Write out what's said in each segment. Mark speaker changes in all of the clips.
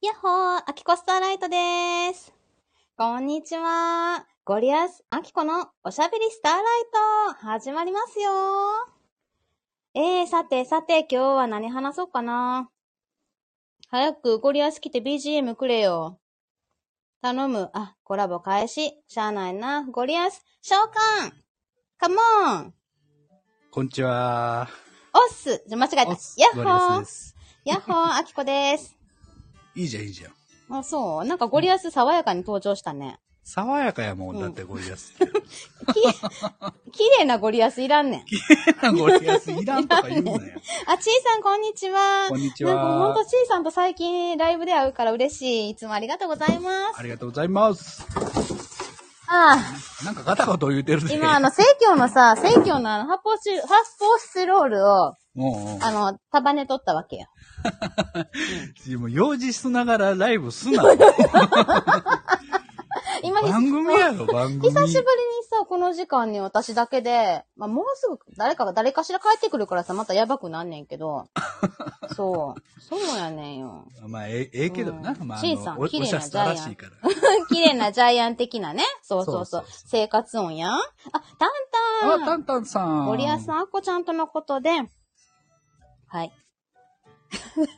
Speaker 1: やっほー、アキコスターライトでーす。こんにちは。ゴリアス、アキコのおしゃべりスターライト、始まりますよー。えー、さてさて、今日は何話そうかな。早くゴリアス来て BGM くれよ。頼む。あ、コラボ開始。しゃあないな。ゴリアス、召喚カモン
Speaker 2: こんにちは。
Speaker 1: オッスじゃ、間違えた。
Speaker 2: お
Speaker 1: ヤ
Speaker 2: っす
Speaker 1: ッホ
Speaker 2: ゴリアス
Speaker 1: ー
Speaker 2: で。す。
Speaker 1: ヤッホー、アキコです。
Speaker 2: いいじゃん、いいじゃん。
Speaker 1: あ、そう。なんかゴリアス爽やかに登場したね。
Speaker 2: 爽やかやも
Speaker 1: うん
Speaker 2: ん、だってゴリアス。
Speaker 1: 綺麗なゴリアスいらんねん。
Speaker 2: ゴリアスいらんとか言うな よ。
Speaker 1: あ、ちーさん、こんにちは。
Speaker 2: こんにち
Speaker 1: なんかほんと
Speaker 2: は。
Speaker 1: ちーさんと最近ライブで会うから嬉しい。いつもありがとうございま
Speaker 2: あ
Speaker 1: す。
Speaker 2: りがとうございます。
Speaker 1: あ
Speaker 2: なんかガタガタ言うてる
Speaker 1: あ、
Speaker 2: で。
Speaker 1: 今あの、聖教のさ、聖教のあの、発泡スチ、発泡スチロールを、
Speaker 2: もう
Speaker 1: あの、束ね取ったわけよ。
Speaker 2: うん、もう用事しながらライ ブすな。
Speaker 1: 今、久し
Speaker 2: 番組やろ、番組。
Speaker 1: ぶりにさ、この時間に私だけで、まあ、もうすぐ誰かが誰かしら帰ってくるからさ、またやばくなんねんけ ど。そう。そうやねんよ。
Speaker 2: まあ、ええええけどな。
Speaker 1: うん
Speaker 2: まあ、あ
Speaker 1: シンさん
Speaker 2: のおお
Speaker 1: 綺麗
Speaker 2: し
Speaker 1: な
Speaker 2: ゃスタらしいから。
Speaker 1: 綺麗なジャイアン的なね。 そうそうそう。
Speaker 2: そうそうそ
Speaker 1: 生活音やん。あ、タンタ
Speaker 2: あ
Speaker 1: ン、
Speaker 2: タンタンさん。
Speaker 1: ゴリアスアッコちゃんとのことで、はい。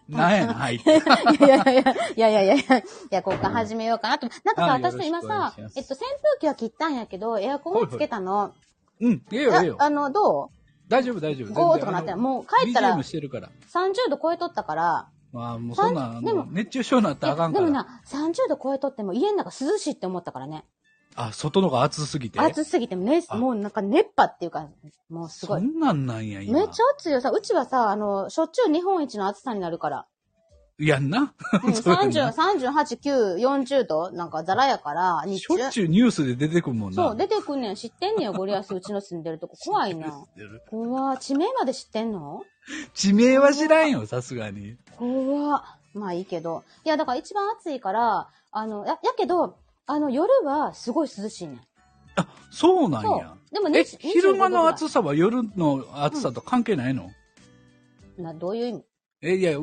Speaker 2: なんやな、入って。
Speaker 1: いやいやいや、いやいやいや、いや、ここから始めようかなと。なんかさ、
Speaker 2: あ
Speaker 1: 私さ今
Speaker 2: よろしくお願い
Speaker 1: さ
Speaker 2: しま、す
Speaker 1: えっと、扇風機は切ったんやけど、エアコンをつけたの。
Speaker 2: うん、ええよ、ええよ
Speaker 1: あ。あの、ど
Speaker 2: 大丈夫、大丈
Speaker 1: う
Speaker 2: 夫。全然
Speaker 1: ?5 とかなって
Speaker 2: あ
Speaker 1: ん
Speaker 2: の
Speaker 1: もう帰ったら
Speaker 2: BGM してるから。
Speaker 1: 30度超えとったから、
Speaker 2: まあ、もうそんなん、あ
Speaker 1: でも
Speaker 2: の熱中症になったらあかん
Speaker 1: で
Speaker 2: か
Speaker 1: も
Speaker 2: ら。
Speaker 1: な、30度超えとっても家の中涼しいって思ったからね。
Speaker 2: あ、外のが暑すぎて。
Speaker 1: 暑すぎても、ね、
Speaker 2: あ
Speaker 1: もうなんか熱波っていうか、もうすごい
Speaker 2: そ。んなんなんや、今。
Speaker 1: めっちゃ暑いよ。さ、うちはさ、あの、しょっちゅう日本一の暑さになる から。
Speaker 2: いやんな。
Speaker 1: うん、
Speaker 2: そうやん
Speaker 1: 30、
Speaker 2: な
Speaker 1: 38、9、40度なんかザラやから、日
Speaker 2: しょ
Speaker 1: 中
Speaker 2: っ。ちゅうニュースで出てくるもんな。
Speaker 1: そう、出てくんねん。知ってんねんよ、ゴリアス。うちの住んでるとこ。怖い な。怖地名まで知ってんの
Speaker 2: 地名は知らんよ、さすがに。
Speaker 1: 怖まあいいけど。いや、だから一番暑いから、あの、や、やけど、あの、夜はすごい涼しいねん。
Speaker 2: そうなん
Speaker 1: そ
Speaker 2: や
Speaker 1: う。。でもね
Speaker 2: え、、昼間の
Speaker 1: さ
Speaker 2: 暑さは夜の暑さと関係ないの、
Speaker 1: な、どういう意味
Speaker 2: え、いや、う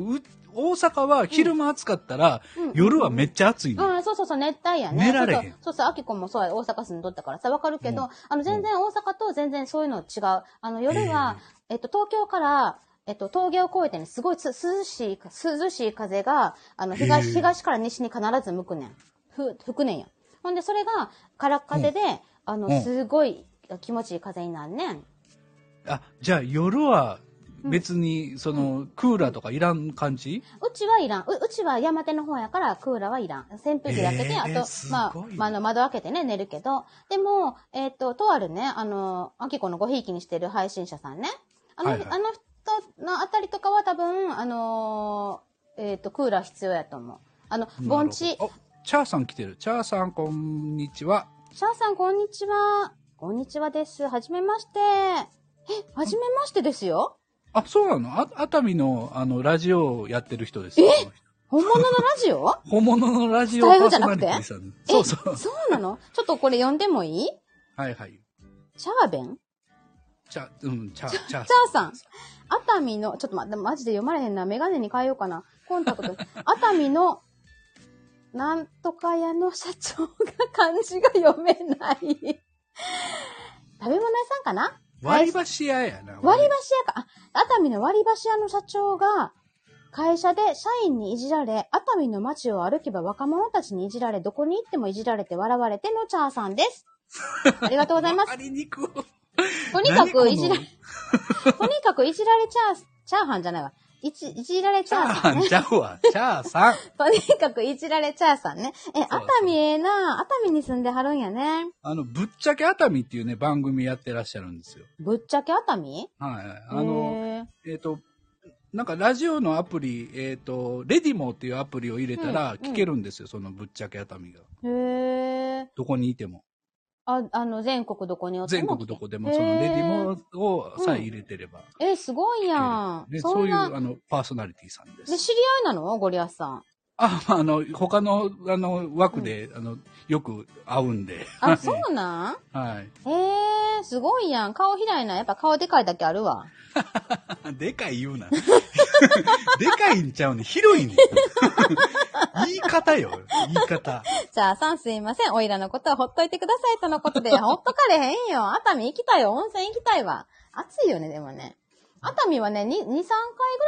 Speaker 2: 大阪は昼間暑かったら、
Speaker 1: うん
Speaker 2: 夜はめっちゃ暑いね、
Speaker 1: うん、そうそうそう、熱帯やね。
Speaker 2: 寝られへん
Speaker 1: そうそうそうそう、アキコもそうや、大阪住んどったからさ、わかるけど、
Speaker 2: うん
Speaker 1: あの、全然大阪と全然そういうの違う。あの、夜は、えっと、東京から、えっと、峠を越えてね、すごいつ涼しい、涼しい風が、あの、東、
Speaker 2: へえ
Speaker 1: 東から西に必ず向くねん。ふ、吹くねんや。ほんで、それが、空っ風で、あ
Speaker 2: う
Speaker 1: の、
Speaker 2: ん
Speaker 1: すごい気持ちいい風になんねん。
Speaker 2: あ、じゃあ夜は別に、その、クーラーとかいらん感じ、
Speaker 1: うちはいらん。ううちは山手の方やからクーラーはいらん。扇風機だけで、
Speaker 2: えー
Speaker 1: あと、
Speaker 2: す
Speaker 1: まあ
Speaker 2: ごい、
Speaker 1: まあ、あの、窓開けてね、寝るけど。でも、えっ、と、とあるね、あの、アキコのごひいきにしてる配信者さんね。あの、
Speaker 2: はいはい
Speaker 1: あの人のあたりとかは多分、あのーえっ、と、クーラー必要やと思う。あの、盆
Speaker 2: な
Speaker 1: 地
Speaker 2: る。ほど。あチャーさん来てる。チャーさん、こんにちは。
Speaker 1: シャーさん、こんにちは。こんにちはです。はじめまして。え、はじめましてですよ。
Speaker 2: あ、そうなのあ熱海の、あの、ラジオをやってる人です。え
Speaker 1: 本物のラジオ
Speaker 2: 本物のラジオ
Speaker 1: スタ
Speaker 2: パ
Speaker 1: イル
Speaker 2: ー
Speaker 1: じゃな
Speaker 2: ソナ
Speaker 1: く
Speaker 2: リ
Speaker 1: て
Speaker 2: ティさん。 そうそう
Speaker 1: え。そうなのちょっとこれ読んでもいい
Speaker 2: はいはい。
Speaker 1: シャーベン
Speaker 2: チャ、うん、チャ、チャ。チャ
Speaker 1: チャーさん。熱海の、ちょっと待って、マジで読まれへんな。メガネに変えようかな。コンタクト。熱海の、なんとか屋の社長が漢字が読めない。食べ物屋さんかな
Speaker 2: 割り箸屋やな。
Speaker 1: 割り箸屋か。あ熱海の割り箸屋の社長が、会社で社員にいじられ、熱海の街を歩けば若者たちにいじられ、どこに行ってもいじられて笑われてのチャーさんです。ありがとうございま
Speaker 2: わか
Speaker 1: す。
Speaker 2: りにくい。
Speaker 1: とにか
Speaker 2: 何こ
Speaker 1: く
Speaker 2: の
Speaker 1: いじら、とにかくいじられチャー、チャーハンじゃないわ。いち、いじられチ
Speaker 2: チ
Speaker 1: ャ
Speaker 2: ャー
Speaker 1: ーさ
Speaker 2: さ
Speaker 1: ん
Speaker 2: ん
Speaker 1: ね。
Speaker 2: ちゃうわ。チャーさん。
Speaker 1: とにかくいじられチャーさんね。え、熱
Speaker 2: そう
Speaker 1: 海ええな熱海に住んではるんやね。
Speaker 2: あの、ぶっちゃけ熱海っていうね、番組やってらっしゃるんですよ。
Speaker 1: ぶっちゃけ熱海
Speaker 2: はい。あの、
Speaker 1: へえ
Speaker 2: えっ、と、なんかラジオのアプリ、えっ、と、レディモっていうアプリを入れたら
Speaker 1: うん
Speaker 2: 聞けるんですよ、そのぶっちゃけ熱海が。
Speaker 1: へえ。
Speaker 2: どこにいても。
Speaker 1: あ、あの、全国どこにおって
Speaker 2: 全
Speaker 1: も。
Speaker 2: 国どこでも、そのレディモをさえ入れてれば。
Speaker 1: え、すごいやん。
Speaker 2: ね、
Speaker 1: そ
Speaker 2: そうんいう、
Speaker 1: な。
Speaker 2: あの、パーソナリティさんで
Speaker 1: で、
Speaker 2: す。
Speaker 1: 知り合いなのゴリアスさん。
Speaker 2: あ、まああの、他の、あの、枠で、あの、よく会うんで。
Speaker 1: あ、そうなん
Speaker 2: はい。
Speaker 1: ええ、すごいやん。顔開いな。やっぱ顔でかいだけあるわ。
Speaker 2: でかい言うな。でかいんちゃうね。広いね。 言い方よ。言い方。
Speaker 1: じゃあ、さんすいません。おいらのことはほっといてくださいとのこと で、ほっとかれへんよ。熱海行きたいよ。温泉行きたいわ。暑いよね、でもね。熱海はね、に2、3回ぐ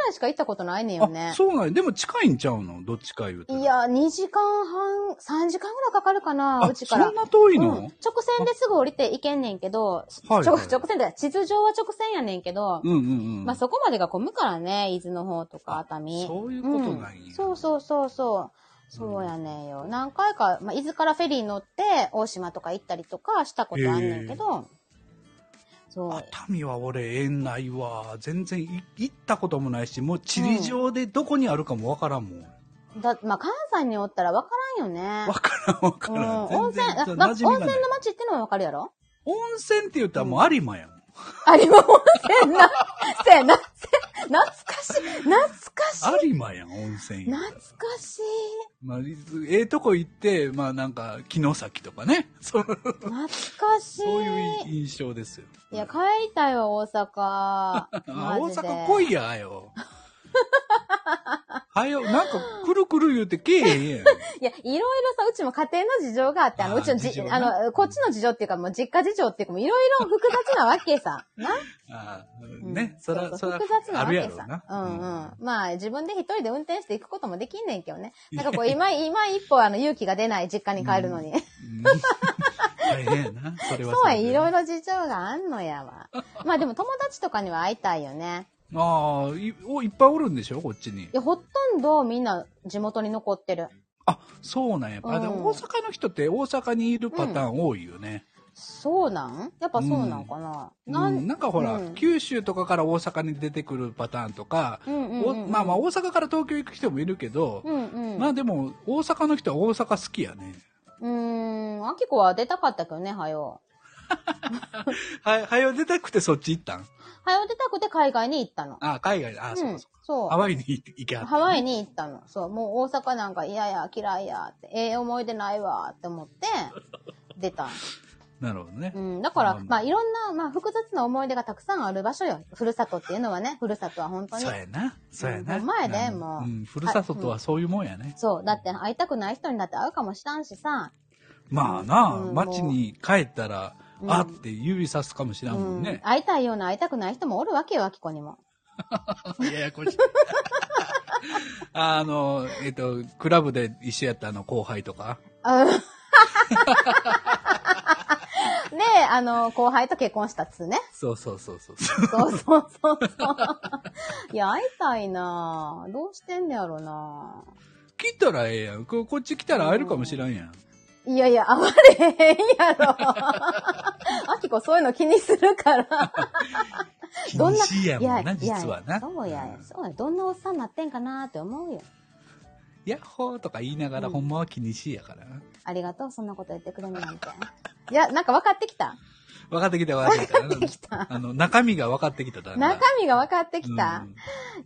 Speaker 1: らいしか行ったことないねんよね
Speaker 2: あ、。そうなんやでも近いんちゃうのどっちか言うと。
Speaker 1: い、や、2時間半、3時間ぐらいかかるかな、
Speaker 2: あ、
Speaker 1: うち
Speaker 2: そ
Speaker 1: から。
Speaker 2: んな遠い
Speaker 1: うん、
Speaker 2: の、
Speaker 1: 直線ですぐ降りて行けんねんけど、ちょ
Speaker 2: はい
Speaker 1: 直線で、地図上は直線やねんけど、
Speaker 2: うんうんうん。
Speaker 1: まあそこまでが混むからね、伊豆の方とか熱海。
Speaker 2: そういうことなんや。
Speaker 1: うんそうそうそうそう。そうやねんよ。何回か、まあ、伊豆からフェリー乗って、大島とか行ったりとかしたことあんねんけど、そう。
Speaker 2: 熱海は俺縁ないわ全然い行ったこともないしもう地理上でどこにあるかもわからんもん、
Speaker 1: だ、まあ、関西におったら分からんよね
Speaker 2: わ。からんわか
Speaker 1: う
Speaker 2: らん、
Speaker 1: ん、温泉、あ
Speaker 2: 全然
Speaker 1: まあ
Speaker 2: 馴
Speaker 1: 温
Speaker 2: 染
Speaker 1: 泉
Speaker 2: みがない
Speaker 1: の街ってのは分かるやろ
Speaker 2: 温泉って言ったらもう有馬やん、
Speaker 1: あれも温泉な、 せやな、せ、懐かしい、懐かしい。
Speaker 2: 有馬やん温泉やん、
Speaker 1: 懐かしい。
Speaker 2: まあ、いずええとこ行ってまあなんか城崎とかね そう
Speaker 1: 懐かしい。
Speaker 2: そういう印象ですよ
Speaker 1: いや、帰りたいわ、大阪。
Speaker 2: あ
Speaker 1: マ
Speaker 2: 大
Speaker 1: ジで
Speaker 2: 阪来いや よはよなんかくるくる言うてけえへん やん
Speaker 1: いや、いろいろさ、うちも家庭の事情があって、あの、
Speaker 2: あー
Speaker 1: うちの
Speaker 2: 事
Speaker 1: じ、
Speaker 2: 情ね
Speaker 1: あの、こっちの事情っていうか、もう実家事情っていうか、もういろいろ複雑なわけ さ。な
Speaker 2: あ
Speaker 1: うん
Speaker 2: ね、そら、
Speaker 1: う
Speaker 2: そうら
Speaker 1: 複雑、な
Speaker 2: あ
Speaker 1: わ
Speaker 2: るや
Speaker 1: け
Speaker 2: ろ
Speaker 1: さ。
Speaker 2: な。
Speaker 1: うんうん。まあ、自分で一人で運転していくこともできんねんけどね。なんかこう、今、今一歩、あの、勇気が出ない実家に帰るのに。
Speaker 2: うん大変やな、それは
Speaker 1: そうは
Speaker 2: れで
Speaker 1: いろいろ事情があんのやわ。 まあでも友達とかには会いたいよね。
Speaker 2: ああ、いおいっぱいおるんでしょ、こっちに
Speaker 1: い。や、ほとんどみんな地元に残ってる。
Speaker 2: あ、そうなんや。あで
Speaker 1: うん
Speaker 2: も大阪の人って大阪にいるパターン多いよね。
Speaker 1: そうなんやっぱそうなんかな。
Speaker 2: うん
Speaker 1: な
Speaker 2: なんかほら、
Speaker 1: うん
Speaker 2: 九州とかから大阪に出てくるパターンとか、
Speaker 1: うんうん
Speaker 2: お
Speaker 1: うんうん
Speaker 2: まあまあ大阪から東京行く人もいるけど、
Speaker 1: うんうん。
Speaker 2: まあでも大阪の人は大阪好きやね。
Speaker 1: うーん、あきこは出たかったけどね、はよ。
Speaker 2: はい、はよ出たくてそっち行ったん
Speaker 1: はよ出たくて海外に行ったの。
Speaker 2: あ、海外で、あ、
Speaker 1: うん、
Speaker 2: そうかそ
Speaker 1: そう
Speaker 2: うか。ハワイに行行けはった
Speaker 1: ハワイに行ったの。そう、もう大阪なんか嫌や、嫌いや、って、ええ思い出ないわ、って思 って、出た。
Speaker 2: なるほどね。
Speaker 1: うん、だから、
Speaker 2: うん
Speaker 1: まあいろんな、まあ複雑な思い出がたくさんある場所よ。ふるさとっていうのはね、ふるさとは本当に
Speaker 2: そう。やな。そうやな。
Speaker 1: うん前で
Speaker 2: なん、
Speaker 1: もうん
Speaker 2: ふるさととはそういうもんやね。
Speaker 1: そう、だって会いたくない人にだって会うかもしらんしさ。
Speaker 2: まあな、
Speaker 1: うん
Speaker 2: 町に帰ったら、
Speaker 1: うん
Speaker 2: あって指さすかもしらんもん
Speaker 1: うん
Speaker 2: ね。
Speaker 1: 会いたいような会いたくない人もおるわけよ、あきこにも。
Speaker 2: やや こしい。あの、えっと、クラブで一緒やったあの後輩とか。
Speaker 1: うん ねえ、あの、後輩と結婚したっつうね。
Speaker 2: そうそうそうそう。
Speaker 1: そうそうそうそう。いや、会いたいなぁどうしてんねやろな
Speaker 2: 来たらええやん。ここっち来たら会えるかもしらんやん。
Speaker 1: ぁいやいや、会われへんやろ。あきこそういうの気にするから。
Speaker 2: 禁
Speaker 1: どんな
Speaker 2: 止や
Speaker 1: い
Speaker 2: も
Speaker 1: や
Speaker 2: んな、実はい
Speaker 1: や
Speaker 2: な。
Speaker 1: そうや
Speaker 2: う、ん
Speaker 1: そうや。どんなおっさんなってんかなって思うよ。
Speaker 2: ヤッホーとか言いながら、
Speaker 1: うん
Speaker 2: ほんまは気にしいやからな。
Speaker 1: ありがとう、そんなこと言ってくれるなんて。いや、なんか分かってきた。
Speaker 2: 分かってきた分かってきた。
Speaker 1: 分かってきた
Speaker 2: あの、中身が分かってきた。だんだん
Speaker 1: 中身が分かってきた。
Speaker 2: うん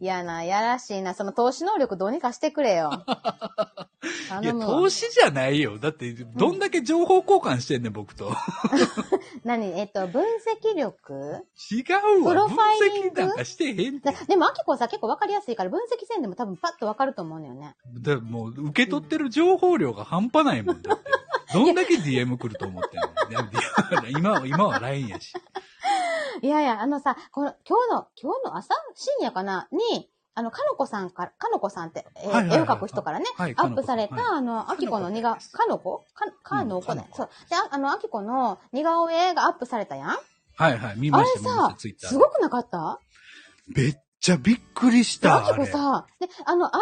Speaker 1: いやな、やらしいな。その投資能力どうにかしてく れよ。
Speaker 2: いや、
Speaker 1: 頼むわ
Speaker 2: 投資じゃないよ。だって、どんだけ情報交換してんねん、僕と。
Speaker 1: 何えっと、分析力
Speaker 2: 違う
Speaker 1: プ
Speaker 2: わ。
Speaker 1: ロ
Speaker 2: 分
Speaker 1: ファイリング
Speaker 2: 析なんかしてへんって
Speaker 1: だ。でも、アキコさ、結構わかりやすいから、分析せんでも多分パッとわかると思うのよね。
Speaker 2: だもう、受け取ってる情報量が半端ないもん だって。どんだけ DM 来ると思ってんのいや DM 今は、今は LINE やし。
Speaker 1: いやいや、あのさ、この、今日の、今日の朝深夜かなに、あの、かのこさんから、かのこさんって、えー
Speaker 2: はいはいはい
Speaker 1: 絵を描く人からね、
Speaker 2: はい
Speaker 1: アップされた、
Speaker 2: かのこ
Speaker 1: あの、アキコの似顔
Speaker 2: かのこです、
Speaker 1: かのこか、かのこだよ
Speaker 2: うんかのこ
Speaker 1: そう。で、ああの、アキコの似顔絵がアップされたやん
Speaker 2: はいはい、見
Speaker 1: あ
Speaker 2: ま
Speaker 1: れ
Speaker 2: した、見まし
Speaker 1: さ
Speaker 2: た、ツイッ、ター
Speaker 1: すごくなかった
Speaker 2: めっちゃびっくりし
Speaker 1: で
Speaker 2: た。
Speaker 1: ア
Speaker 2: あ
Speaker 1: キコ
Speaker 2: れ
Speaker 1: さ、で、あの、アイコンは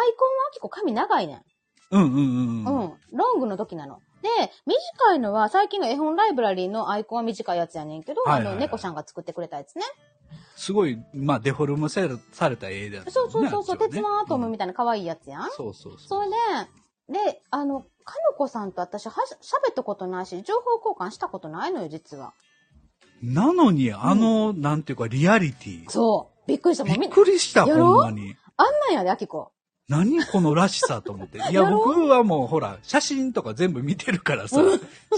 Speaker 1: アキコ髪長いねん。
Speaker 2: うんうんうん。
Speaker 1: う
Speaker 2: うん、
Speaker 1: ん。ロングの時なの。で、短いのは、最近の絵本ライブラリーのアイコンは短いやつやねんけど、
Speaker 2: はいはいはい
Speaker 1: あの、猫ちゃんが作ってくれたやつね。
Speaker 2: すごい、まあ、デフォルムせるされた絵だ、ね。
Speaker 1: そうそうそう、そう
Speaker 2: あっちはね
Speaker 1: 鉄腕アトムみたいな可愛いやつやん。
Speaker 2: そうそうそう。
Speaker 1: それで、で、あの、かのこさんと私はし、喋ったことないし、情報交換したことないのよ、実は。
Speaker 2: なのに、あの、なんていうか、リアリティ。
Speaker 1: そう。びっくりした。もう
Speaker 2: び
Speaker 1: み
Speaker 2: っ、くりした、
Speaker 1: やろ
Speaker 2: ほんまに。
Speaker 1: あんなんやで、あきこ。
Speaker 2: 何このらしさと 思って。いや、
Speaker 1: やろ
Speaker 2: 僕はもうほら、写真とか全部見てるからさ、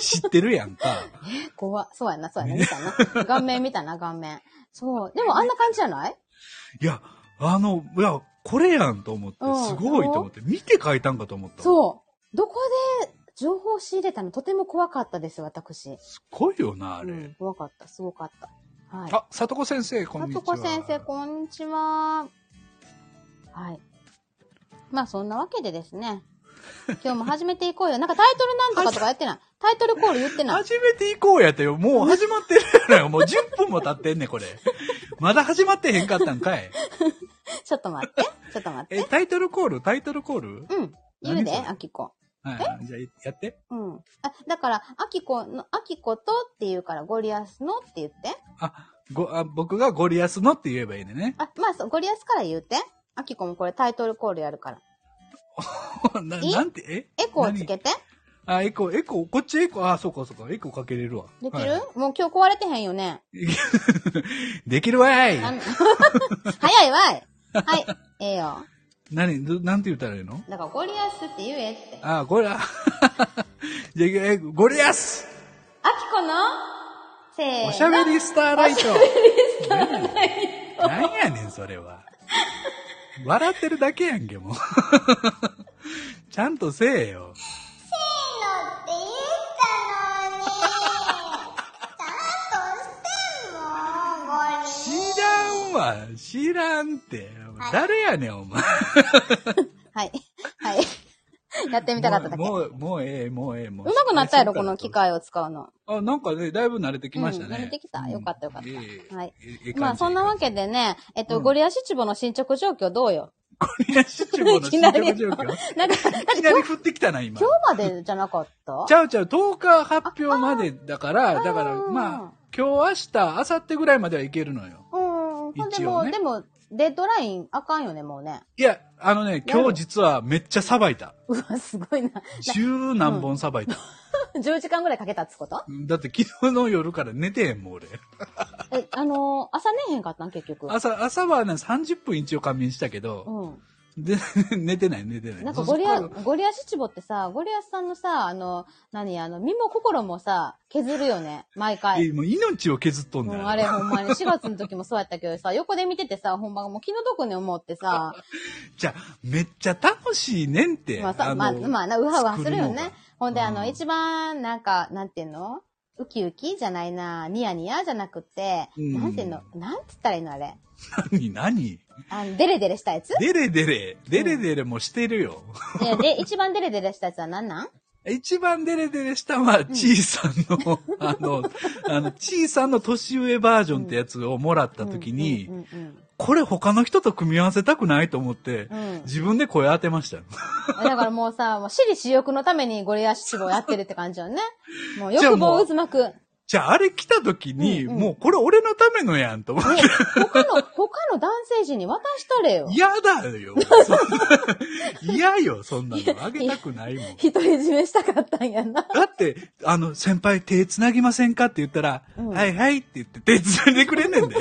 Speaker 2: 知ってるやんか。
Speaker 1: え怖っそうやな、そうやな、見たな。顔面見たな、顔面。そう。でもあんな感じじゃない
Speaker 2: いや、あの、いや、これやんと思って
Speaker 1: う、ん
Speaker 2: すごいと思って、見て書いたんかと思った。う。
Speaker 1: そどこで情報を仕入れたのとても怖かったです、私。
Speaker 2: すごいよな、あれ。
Speaker 1: うん、怖かった、すごかった。はい。
Speaker 2: あ、さとこ先生、こん
Speaker 1: さ
Speaker 2: にち
Speaker 1: と
Speaker 2: は。
Speaker 1: こ先生、こんにちは。はい。まあ、そんなわけでです ね。今日も始めていこうよ。なんかタイトルなんとかとかやって ない。タイトルコール言ってない。
Speaker 2: 始めていこうやってよ。もう始まってるやろよ。もう10分も経ってんねん、これ。まだ始まってへんかったんかい。
Speaker 1: ちょっと待って。ちょっと待っ
Speaker 2: え、
Speaker 1: て。
Speaker 2: タイトルコールタイトルコール
Speaker 1: うん。言うで
Speaker 2: 何そ、れ
Speaker 1: あきこ。
Speaker 2: はい。じゃあ、やって。
Speaker 1: うん。あ、だから、あきこの、あきことって言うから、ゴリアスのって言って。。
Speaker 2: ごあ僕がゴリアスのって言えばいいねね
Speaker 1: あ、まあそう、ゴリアスから言うて。あきこもこれタイトルコールやるから。
Speaker 2: な
Speaker 1: え
Speaker 2: なんて、え
Speaker 1: エコーつけて。
Speaker 2: あ、エコー、エコー、こっちエコー、あ、そうかそうか、エコーかけれるわ。
Speaker 1: できる、
Speaker 2: はい
Speaker 1: もう今日壊れてへんよね。
Speaker 2: できるわい
Speaker 1: なん 早いわい。 はい。ええよ。
Speaker 2: 何、どなんて言ったらいいの
Speaker 1: だからゴリアスって言えって。
Speaker 2: あ、 ゴリア、じゃあいくよ、えゴリアス
Speaker 1: あきこのせーの。
Speaker 2: おしゃべりスターライト。なんやねん、それは。笑ってるだけやんけ、もう。 ちゃんとせえよ。
Speaker 3: って言ったのに。ちゃんとして
Speaker 2: 知らんわ、知らんって。誰やねん、お前。
Speaker 1: はい。はい。 やってみたかっただけ。
Speaker 2: も
Speaker 1: う
Speaker 2: う、もうええ、もうええ、もう。
Speaker 1: まくなったやろ、この機。械を使うの。
Speaker 2: あ、なんかね、だいぶ慣れてきましたね。
Speaker 1: うん慣れてきたよかったよかった
Speaker 2: ええ
Speaker 1: はい。
Speaker 2: ええええ感じ
Speaker 1: まあ、そんなわけでね、えっと、
Speaker 2: うん
Speaker 1: ゴリアシチボの進捗状況どうよ
Speaker 2: ゴリアシチューの進捗 状況。い
Speaker 1: なんか、だって
Speaker 2: き
Speaker 1: 今
Speaker 2: なり
Speaker 1: 日
Speaker 2: 降ってきたな、今。
Speaker 1: 今日までじゃなかった
Speaker 2: ちゃうちゃう、10日発表までだから、だから、
Speaker 1: あー
Speaker 2: まあ、今日、明日、明後日ぐらいまではいけるのよ。
Speaker 1: うん。ほんで
Speaker 2: 一
Speaker 1: も
Speaker 2: 応
Speaker 1: う、
Speaker 2: ね
Speaker 1: でも、デッドラインあかんよね、もうね。
Speaker 2: いや、あのね、今日実はめっちゃさばいた。
Speaker 1: うわ、すごいな。
Speaker 2: 十何本さばいた。
Speaker 1: 10時間ぐらいかけたっつこと
Speaker 2: だって昨日の夜から寝てへんもん、俺。
Speaker 1: え、あのー朝寝へんかったん結局。
Speaker 2: 朝、朝はね、30分一応仮眠したけど、
Speaker 1: う
Speaker 2: で、寝てない、寝てない。
Speaker 1: ん。なんかゴリア、
Speaker 2: そうそう
Speaker 1: ゴリアシチボってさ、ゴリアスさんのさ、あの、何、あの、身も心もさ、削るよね、毎回。
Speaker 2: えもう命を削っとん
Speaker 1: う
Speaker 2: だよ。
Speaker 1: ん、あれほんまに、4月の時もそうやったけどさ、横で見ててさ、ほんまもう気の毒に思ってさ、
Speaker 2: じゃあめっちゃ楽しいねんって。
Speaker 1: まあさ、
Speaker 2: の
Speaker 1: まあ、まあな、うはうはするよ
Speaker 2: 作の
Speaker 1: ね
Speaker 2: が。
Speaker 1: ほんで、あの、
Speaker 2: うん
Speaker 1: 一番、なんか、なんていうのウキウキじゃないな、ニヤニヤじゃなくって、
Speaker 2: うん
Speaker 1: なんていうのなんつったらいいのあれ。
Speaker 2: 何、何
Speaker 1: あの、デレデレしたやつ
Speaker 2: デレデレ、デレデレもしてるよ。
Speaker 1: で、で、一番デレデレしたやつは何なん
Speaker 2: 一番デレデレしたのは、ちいさんの、あの、あの、ちいさんの年上バージョンってやつをもらった時に、
Speaker 1: うんうん
Speaker 2: これ他の人と組み合わせたくないと思って
Speaker 1: う、んうん。
Speaker 2: 自分で声当てましたよ。
Speaker 1: だからもうさ、もう私利私欲のためにゴリアシチボやってるって感じ よね。もう欲望渦巻く。
Speaker 2: じゃああれ来た時に、
Speaker 1: うんうん
Speaker 2: もうこれ俺のためのやんと 思って、
Speaker 1: ね他の、他の男性陣に渡しとれよ。
Speaker 2: 嫌だよ。そんな嫌よ、そんなの。あげたくないもん。
Speaker 1: 独り占めしたかったんやな。
Speaker 2: だって、あの、先輩手つなぎませんかって言ったら、
Speaker 1: うん
Speaker 2: はいはいって言って手つないでくれんねんで。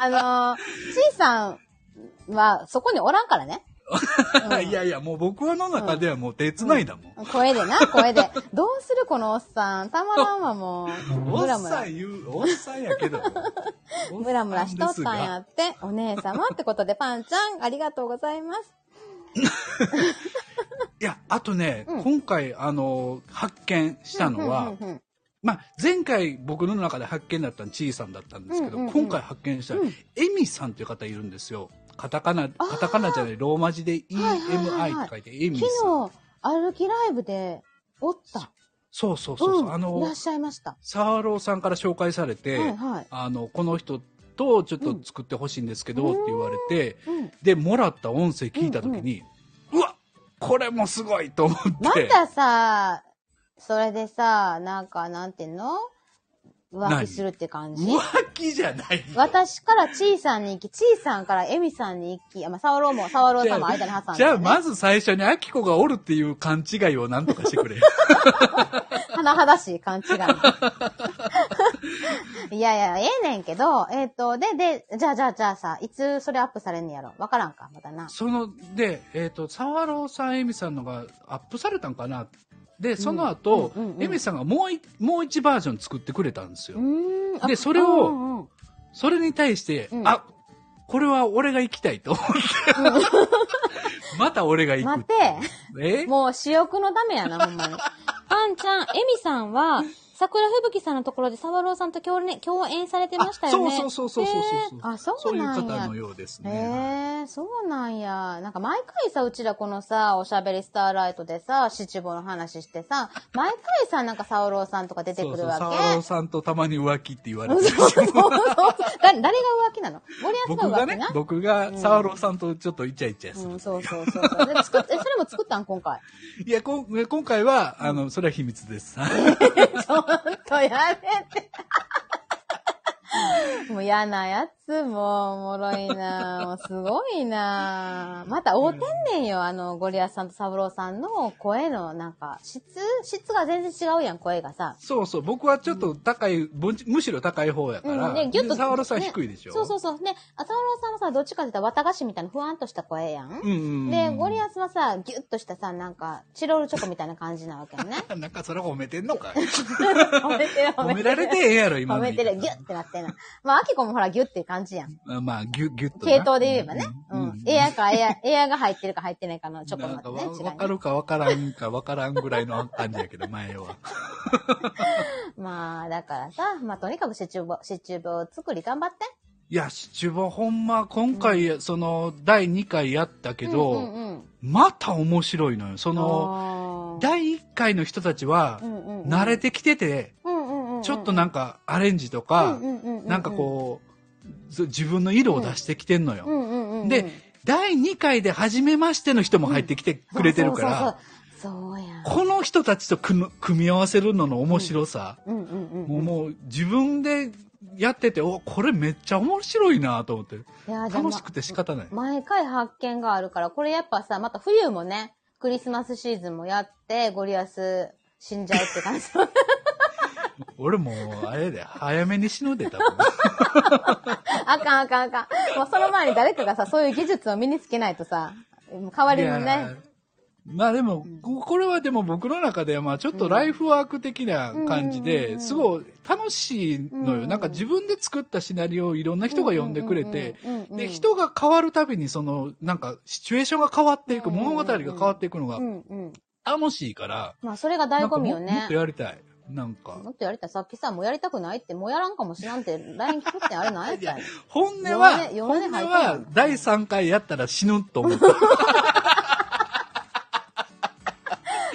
Speaker 1: あのー、ちいさんはそこにおらんからね。うん
Speaker 2: いやいや、もう僕の中ではもう手つないだもん。
Speaker 1: 声でな、声で。どうするこのおっさん。たまらんわ、もう。
Speaker 2: お
Speaker 1: ムラ
Speaker 2: っ
Speaker 1: ム
Speaker 2: さ
Speaker 1: ラ。
Speaker 2: ん言う、おっさんやけど。
Speaker 1: ムラムラしとったんや
Speaker 2: おっさで
Speaker 1: って。お姉様ってことで、パンちゃん、ありがとうございます。
Speaker 2: すが。いや、あとね、
Speaker 1: うん
Speaker 2: 今回、あの、発見したのは、
Speaker 1: うんうん
Speaker 2: まあ、前回僕の中で発見だったのちいさんだったんですけど、
Speaker 1: うんうんうん
Speaker 2: 今回発見したのは、エミさんという方いるんですよ。カタカナ、カタカナじゃない、ローマ字で
Speaker 1: はいはいはい
Speaker 2: EMI って書いて、エ
Speaker 1: うん
Speaker 2: ミ
Speaker 1: 昨
Speaker 2: さん。
Speaker 1: 日、歩きライブで、おった。
Speaker 2: そうそうそうそう、
Speaker 1: ん
Speaker 2: あ
Speaker 1: いらっ
Speaker 2: の、
Speaker 1: しゃいました。
Speaker 2: サーローさんから紹介されて、
Speaker 1: はいはい。
Speaker 2: あの、この人とちょっと作ってほしいんですけど、
Speaker 1: うん
Speaker 2: って言われて、
Speaker 1: うん。
Speaker 2: で、もらった音声聞いたときに、うわこれもすごいと思って。
Speaker 1: またさ、それでさ、なんか、なんていうの浮気
Speaker 2: 何
Speaker 1: するって感じ。
Speaker 2: 浮気じゃないよ。
Speaker 1: 私からちいさんに行き、ちいさんからえみさんに行き、あ、まあ、サワローも、サワローさんも間に挟んで、ね。
Speaker 2: じゃあ、まず最初にアキコがおるっていう勘違いをなんとかして くれ。
Speaker 1: 甚だしい勘違 い。いやいや、ええねんけど、えっ、と、で、で、じゃあじゃあじゃあさ、いつそれアップされんねやろわからんか、またな。
Speaker 2: その、で、えっ、と、沢朗さん、エミさんのがアップされたんかな。で、その後、
Speaker 1: うんうんうんうん
Speaker 2: エミさんがもうい、もう一バージョン作ってくれたんです
Speaker 1: う
Speaker 2: よ。
Speaker 1: ーん。あ
Speaker 2: でそれ
Speaker 1: う
Speaker 2: を
Speaker 1: んうん
Speaker 2: それに対して、
Speaker 1: うん
Speaker 2: あ、これは俺が行きたいと思って。 また俺が行くていう。え
Speaker 1: もう、私欲のためや な、ほんまに。パンちゃん、エミさんは、桜吹雪さんのところで沢朗さんと共,、ね、共演されてましたよね。
Speaker 2: あそうそうそうそうそうそう
Speaker 1: へーあ、そ
Speaker 2: そうういう
Speaker 1: なんや
Speaker 2: 方の。ようです
Speaker 1: へ
Speaker 2: ね。
Speaker 1: えそうなんや。なんか毎回さ、うちらこのさ、おしゃべりスターライトでさ、七五の話してさ、毎回さ、なんか沢朗さんとか出て
Speaker 2: そ
Speaker 1: く
Speaker 2: うそ
Speaker 1: る
Speaker 2: う、
Speaker 1: わけ。
Speaker 2: 沢尾さんとたまに浮気って言われ
Speaker 1: そ
Speaker 2: て
Speaker 1: う
Speaker 2: る
Speaker 1: そうそうそう。 だ誰が浮気なの森保
Speaker 2: 僕
Speaker 1: の
Speaker 2: が
Speaker 1: 浮気
Speaker 2: ね
Speaker 1: な、。
Speaker 2: 僕が沢郎さんとちょっとイチャイチャす
Speaker 1: う
Speaker 2: る
Speaker 1: ん、。そうそうそうそう。でも作っえ、それも作ったん今回。
Speaker 2: いや、こん今回は、あの、それは秘密です。
Speaker 1: ちょっとやめて。もう嫌なやつ、もうおもろいなもうすごいなまた大天然よ、あの、ゴリアスさんとサブローさんの声の、なんか、質質が全然違うやん、声がさ。
Speaker 2: そうそう、僕はちょっと高い、むむしろ高い方やから、
Speaker 1: うん、で、ギュッと。
Speaker 2: 沢野さん低いでしょ、
Speaker 1: ねそうそうそう。で、あサブローさんはさ、どっちかって言ったら、綿菓子みたいなふわんとした声やん。
Speaker 2: うんうんうん。
Speaker 1: で、ゴリアスはさ、ギュッとしたさ、なんか、チロルチョコみたいな感じなわけよ ね。
Speaker 2: なんかそれ褒めてんのかい
Speaker 1: 褒め てる、
Speaker 2: 褒められてええやろ、今
Speaker 1: 褒
Speaker 2: の
Speaker 1: めて
Speaker 2: 言い方。
Speaker 1: る、ギュッってなってんな。まあ、アキコもほら、ギュッっていう感じやん。
Speaker 2: あまあ、ぎゅ、ぎゅっとな。
Speaker 1: 系統で言えばね。う。
Speaker 2: うんん
Speaker 1: エアかエア、エアが入ってるか入ってないかのチョコま
Speaker 2: なん
Speaker 1: で
Speaker 2: か
Speaker 1: ね、
Speaker 2: わ、
Speaker 1: 違い
Speaker 2: わかるかわからんかわからんぐらいの感じやけ ど、前は。
Speaker 1: まあ、だからさ、まあ、とにかくシチューボ、シチューボ作り頑張って。
Speaker 2: いや、シチュボほんま、今回、その、第2回やったけど、
Speaker 1: うんうんうん、
Speaker 2: また面白いのよ。その、
Speaker 1: の
Speaker 2: 第1回の人たちは、慣れてきてて、
Speaker 1: うんうんうん、
Speaker 2: ちょっとなんかアレンジと
Speaker 1: う
Speaker 2: か、
Speaker 1: んうんうんうん、
Speaker 2: なんかこう、ず自分の色を出してきてんのよ。
Speaker 1: うんうんうんうん、
Speaker 2: で第2回で初めましての人も入ってきてくれてるから、
Speaker 1: そうそうそう。そうやん。
Speaker 2: この人たちと組む組み合わせるのの面白さ、
Speaker 1: うんうんうんうん。
Speaker 2: もうもう自分でやってて、お、これめっちゃ面白いなと思って、
Speaker 1: いやじゃあま
Speaker 2: 楽しくて仕方ない。
Speaker 1: 毎回発見があるから、これやっぱさ、また冬もね、クリスマスシーズンもやって、ゴリアス死んじゃうって感じ。
Speaker 2: 俺もう、あれで、早めに死ぬで、多分。
Speaker 1: あかんあかんあかん。もうその前に誰かがさ、そういう技術を身につけないとさ、代わりの
Speaker 2: い
Speaker 1: ね
Speaker 2: や。まあでも、ここれはでも僕の中では、まあちょっとライフワーク的な感じ
Speaker 1: うん
Speaker 2: で、すごい楽しいの
Speaker 1: う
Speaker 2: よ。
Speaker 1: ん
Speaker 2: なんか自分で作ったシナリオをいろんな人が読んでくれて、
Speaker 1: うんうんうんうん、
Speaker 2: で、人が変わるたびに、その、なんか、シチュエーションが変わっていく、
Speaker 1: うんうんうん
Speaker 2: 物語が変わっていくのが
Speaker 1: うんうん。
Speaker 2: 楽しいから、
Speaker 1: まあ、それが醍醐味よ
Speaker 2: なんかもも
Speaker 1: ね
Speaker 2: っと。やりたい。なんか、
Speaker 1: もっとやりたい。さっきさ、もうやりたくないって、もうやらんかもしらんって、LINE 聞くってあれなんやったんや。
Speaker 2: 本音は、
Speaker 1: 嫁
Speaker 2: 本
Speaker 1: 嫁入って
Speaker 2: 音
Speaker 1: んの
Speaker 2: は、第3回やったら死ぬと 思った。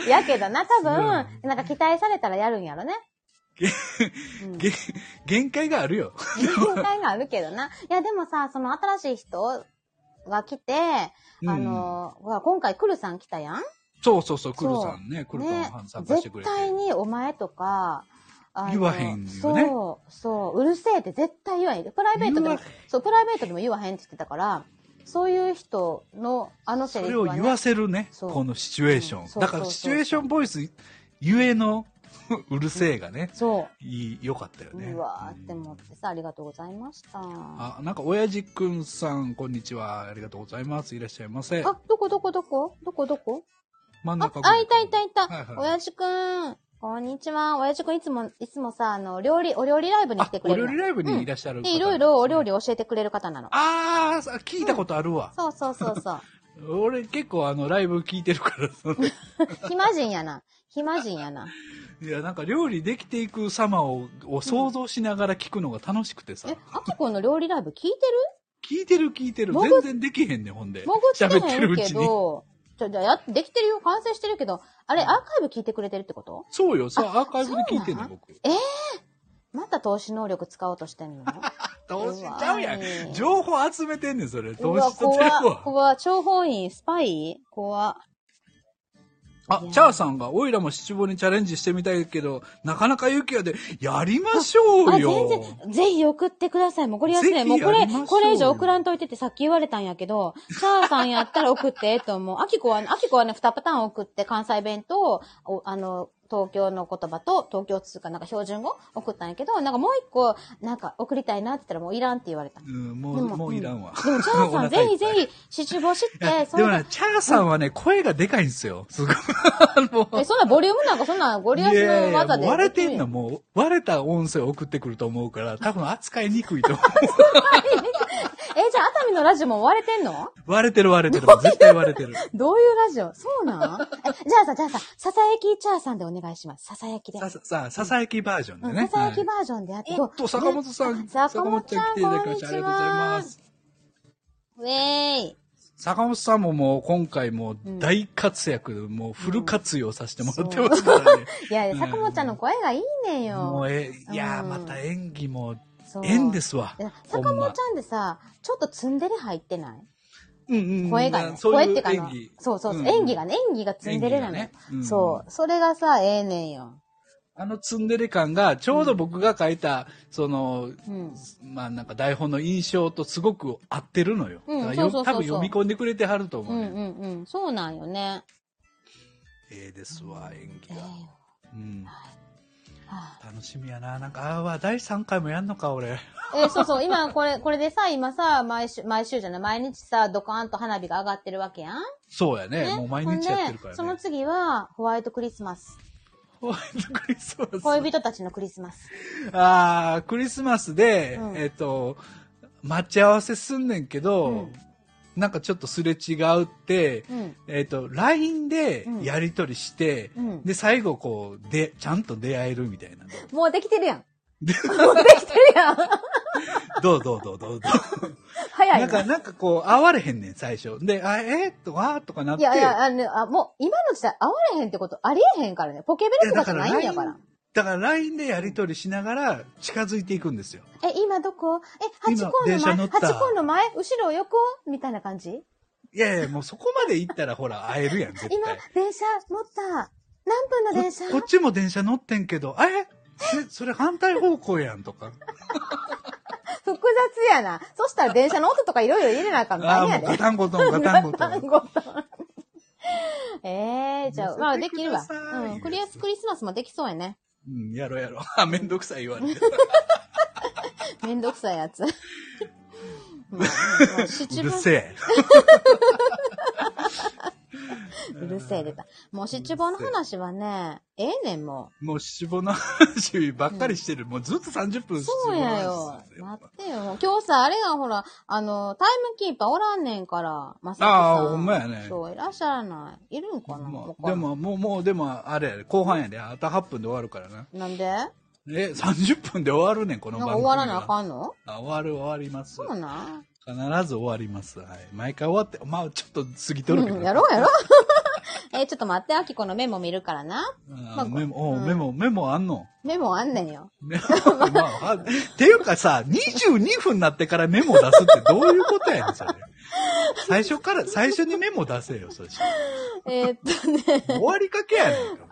Speaker 1: やけどな、多分、
Speaker 2: う
Speaker 1: なんか期待されたらやるんやろね。うん
Speaker 2: げ限界があるよ。
Speaker 1: 限界があるけどな。いや、でもさ、その新しい人が来て、あの、ほら今回クルさん来たやん
Speaker 2: そうそうそう、クルさんね、クルさん
Speaker 1: ね
Speaker 2: は参加してく
Speaker 1: 絶
Speaker 2: れて。
Speaker 1: 対にお前とか、あの
Speaker 2: 言わへんよね
Speaker 1: そう、そう、うるせえって絶対言わへん。プライベートで
Speaker 2: 言
Speaker 1: も
Speaker 2: わ、
Speaker 1: そう、プライベートでも言わへんって言ってたから、そういう人のあのセ
Speaker 2: そ
Speaker 1: リ
Speaker 2: れ
Speaker 1: フ
Speaker 2: を
Speaker 1: は、ね、
Speaker 2: 言わせるね、
Speaker 1: そう
Speaker 2: このシチュエーショ
Speaker 1: うん
Speaker 2: ン。
Speaker 1: そう
Speaker 2: だから
Speaker 1: そう
Speaker 2: シ
Speaker 1: そ
Speaker 2: チ
Speaker 1: う
Speaker 2: ュエーションボイスゆえの うるせえがね、
Speaker 1: そ
Speaker 2: いい良かったよ
Speaker 1: う、
Speaker 2: ね。
Speaker 1: うわーって思ってさ、ありがとうございました。あ、
Speaker 2: あ、なんか、親父くんさん、こんにちは。ありがとうございます。いらっしゃいませ。
Speaker 1: どこどこどこどこどこ
Speaker 2: 真ん
Speaker 1: あ
Speaker 2: 中、ぐら
Speaker 1: あ、いたいたいた。
Speaker 2: はいはい
Speaker 1: 親父くん。こんにちは。親父くんいつも、いつもさ、あの、料理、お料理ライブに来て
Speaker 2: あ、
Speaker 1: く
Speaker 2: お
Speaker 1: れる
Speaker 2: 料
Speaker 1: の。
Speaker 2: 理ライブにいらっしゃる、
Speaker 1: で、いろいろお料
Speaker 2: 理。
Speaker 1: 理教えてくれる方なの。
Speaker 2: あー、聞いたことあるわ。
Speaker 1: そうそうそうそう。
Speaker 2: 俺結構あの、ライブ聞いてるから、その
Speaker 1: 暇人やな。暇人やな。
Speaker 2: いや、なんか料理できていく様をを想像しながら聞くのが楽しくてさ。
Speaker 1: え、あきこの料理ライブ聞いて
Speaker 2: 聞いてる聞いてる。
Speaker 1: 潜っ
Speaker 2: 全然できへんねん、ほんで。
Speaker 1: る潜って
Speaker 2: 喋って
Speaker 1: へ
Speaker 2: る
Speaker 1: ん
Speaker 2: う
Speaker 1: け
Speaker 2: ちに。
Speaker 1: ど、ちょ、じゃあや、できてるよ。完成してるけど、あれ、アーカイブ聞いてくれてるってこと
Speaker 2: そうよ、そう、アーカイブで聞い
Speaker 1: そ
Speaker 2: てん
Speaker 1: うな
Speaker 2: ねん、
Speaker 1: ん
Speaker 2: 僕。
Speaker 1: また投資能力使おうとしてんの
Speaker 2: 投資ちゃうや
Speaker 1: うわー
Speaker 2: ん。情報集めてんねん、それ。投資
Speaker 1: う
Speaker 2: とてる
Speaker 1: わ怖っ
Speaker 2: わ。
Speaker 1: 怖っ諜報員、スパイ怖っ
Speaker 2: あ、チャーさんが、オイラも七五にチャレンジしてみたいけど、なかなか勇気がで、やりましょ
Speaker 1: あ、全
Speaker 2: うよ。
Speaker 1: 然、ぜひ送ってください。もうゴリアスね、
Speaker 2: ぜひ
Speaker 1: もうこれ
Speaker 2: やりましょう、よ
Speaker 1: これ以上送らんといてってさっき言われたんやけど、シャーさんやったら送って、と思う。アキコはね、アキコはね、二パターン送って、関西弁と、おあの、東京の言葉と、東京通かなんか標準語送ったんやけど、なんかもう一個、なんか送りたいなって言ったらもういらんって言わ れた。で
Speaker 2: うん、も
Speaker 1: で
Speaker 2: う、
Speaker 1: も
Speaker 2: もういらんわ。
Speaker 1: も、シャーさん、
Speaker 2: お
Speaker 1: ぜ
Speaker 2: 腹い
Speaker 1: ひ
Speaker 2: っぱ
Speaker 1: ぜ
Speaker 2: い
Speaker 1: ひ、七五知っ
Speaker 2: いや
Speaker 1: て、そ
Speaker 2: でも
Speaker 1: んな
Speaker 2: ね、、チャーさんはね、声がでかいんですよ。すごい。もう
Speaker 1: えそんなボリュームなんかそんなゴリアス
Speaker 2: いやい
Speaker 1: の
Speaker 2: やも
Speaker 1: 技
Speaker 2: う
Speaker 1: で。
Speaker 2: 割れてんの、もう、割れた音声送ってくると思うから、多分扱いにくいと思う。
Speaker 1: え、え、じゃあ熱海のラジオも割れてんの
Speaker 2: 割れてる割れてる。絶対割れてる。
Speaker 1: どういうラジオそうなん え、じゃあさ、じゃあさ、ささやきチャーさんでお願いします。ささやきで。
Speaker 2: さ、
Speaker 1: さ
Speaker 2: ささあ、ささやきバージョンでね。
Speaker 1: さやき
Speaker 2: はい
Speaker 1: バージョンであって、
Speaker 2: おっと、坂本さん、
Speaker 1: 坂
Speaker 2: 坂
Speaker 1: 本
Speaker 2: 本
Speaker 1: ちゃ
Speaker 2: さ
Speaker 1: ん
Speaker 2: ん来ていただきましてありがとうございます。
Speaker 1: ウェーイ。
Speaker 2: 坂本さんももう今回もう大活躍、もうフル活用させてもらってますからね。
Speaker 1: いやいや、
Speaker 2: うん
Speaker 1: 坂本ちゃんの声がいいねん
Speaker 2: も
Speaker 1: よ。
Speaker 2: うえ、いやー、
Speaker 1: うん
Speaker 2: また演技も、
Speaker 1: そう
Speaker 2: 縁で。すわ
Speaker 1: いや。
Speaker 2: ほん
Speaker 1: 坂
Speaker 2: ま
Speaker 1: 本ちゃんでさ、ちょっとツンデレ入ってない
Speaker 2: うんうん
Speaker 1: 声がね、
Speaker 2: そう
Speaker 1: 声
Speaker 2: い
Speaker 1: っ
Speaker 2: う
Speaker 1: てかあの
Speaker 2: 演技、
Speaker 1: そうそうそう、
Speaker 2: うん
Speaker 1: 演技がね、演技がツンデレなの、
Speaker 2: 演技がねうん
Speaker 1: そう。それがさ、ええねんよ。
Speaker 2: あのツンデレ感が、ちょうど僕が書いた、その、
Speaker 1: うん。
Speaker 2: まあなんか台本の印象とすごく合ってるのよ。
Speaker 1: うん
Speaker 2: だからよ
Speaker 1: そうそうそうそう
Speaker 2: 多分読み込んでくれてはると
Speaker 1: う
Speaker 2: 思う、
Speaker 1: ん
Speaker 2: ね
Speaker 1: うんうん。そうなんよね。
Speaker 2: ええですわ、演
Speaker 1: ええよ
Speaker 2: 技が。。うん。
Speaker 1: は
Speaker 2: 楽しみやな。なんか、ああわ、第3回もやんの か、俺。
Speaker 1: あえそうそう、今これ、これでさ、今さ、毎週、毎週じゃない、毎日さ、ドカーンと花火が上がってるわけやん。
Speaker 2: そうやね。もう毎日やっ
Speaker 1: ほん
Speaker 2: てるか
Speaker 1: でそ
Speaker 2: ら
Speaker 1: の
Speaker 2: ね。
Speaker 1: 次は、ホワイトクリスマス。
Speaker 2: ホワイトクリスマス。
Speaker 1: 恋人たちのクリスマス。
Speaker 2: ああ、クリスマスで、
Speaker 1: うん
Speaker 2: えっ、と、待ち合わせすんねんけど、
Speaker 1: うん
Speaker 2: なんかちょっとすれ違うって、
Speaker 1: うん。
Speaker 2: えっ、と、LINE で
Speaker 1: うん
Speaker 2: やり取りして、
Speaker 1: うん
Speaker 2: で、最後こう、で、ちゃんと出会えるみたいな。
Speaker 1: もうできてるやん。 もうできてるやん。
Speaker 2: どうどうどうどうどう。
Speaker 1: 早いな
Speaker 2: な
Speaker 1: ん
Speaker 2: か、なんかこう、会われへんねん、最初。で、あ、えー、と、わーとかなっ
Speaker 1: い
Speaker 2: て。
Speaker 1: やいや、あのね、あ、もう、今の時代、会われへんってことありえへんからね。ポケベルとかじゃないんやから。
Speaker 2: だから LINE でやり取りしながら近づいていくんですよ。
Speaker 1: え、今どこえ、ハチ
Speaker 2: 今
Speaker 1: 公の
Speaker 2: 電車乗
Speaker 1: 前
Speaker 2: った
Speaker 1: ハチ公の前後ろ横みたいな感じ
Speaker 2: いやいや、もうそこまで行ったらほら、会えるやん、絶対。
Speaker 1: 今、電車乗った。何分の電車
Speaker 2: ここっちも電車乗ってんけど、あれせそれ反対方向やんとか。
Speaker 1: 複雑やな。そしたら電車の音とかいろいろ入れなあかんの
Speaker 2: ああ、
Speaker 1: 何
Speaker 2: も
Speaker 1: や
Speaker 2: う
Speaker 1: で。
Speaker 2: ガタンゴトン、ガタンゴ トン。
Speaker 1: ごとん。ええじゃあ、まあ
Speaker 2: 乗
Speaker 1: で
Speaker 2: せ
Speaker 1: き
Speaker 2: てく
Speaker 1: る
Speaker 2: だ
Speaker 1: わ
Speaker 2: さい。
Speaker 1: うん。クリアス、クリスマスもできそうやね。
Speaker 2: うん、やろやろ。あ、めんどくさい言われて。
Speaker 1: めんどくさいや つ。もうもう七
Speaker 2: うる
Speaker 1: 分
Speaker 2: せえ。
Speaker 1: うるせえ出た。もう七望の話はね、ええねん、も
Speaker 2: もう死亡の話ばっかりしてる。もうずっと30分
Speaker 1: う。
Speaker 2: 死
Speaker 1: そうやよ。待ってよ。もう今日さ、あれがほら、あの、タイムキーパーおらんねんから、まさきさん。
Speaker 2: ああほんまやね
Speaker 1: そう、いらっしゃらない。いるんかな
Speaker 2: ま
Speaker 1: わ
Speaker 2: あ
Speaker 1: か
Speaker 2: で
Speaker 1: んない
Speaker 2: も、もう、もう、でも、あれやで、後半やで、あと8分で終わるからな。
Speaker 1: なんでなん
Speaker 2: え、30分で終わるねん、この番
Speaker 1: か終
Speaker 2: 組は。
Speaker 1: わらなあかんの
Speaker 2: あ終わる、終わります。
Speaker 1: そうなん
Speaker 2: 必ず終わります。はい。毎回終わって、まあ、ちょっと過ぎとるけ
Speaker 1: う
Speaker 2: ど。
Speaker 1: んやろうやろう え、ちょっと待って、あきこのメモ見るからな。
Speaker 2: あ
Speaker 1: まあ
Speaker 2: メモ、おう
Speaker 1: うん
Speaker 2: メモ、メモあんの
Speaker 1: メモあんねん よ。
Speaker 2: メモ、まあ、あっていうかさ、22分になってからメモ出すってどういうことやねん、それ。最初から、最初にメモ出せよ、そして。
Speaker 1: えーっとね、
Speaker 2: 終わりかけやねんか。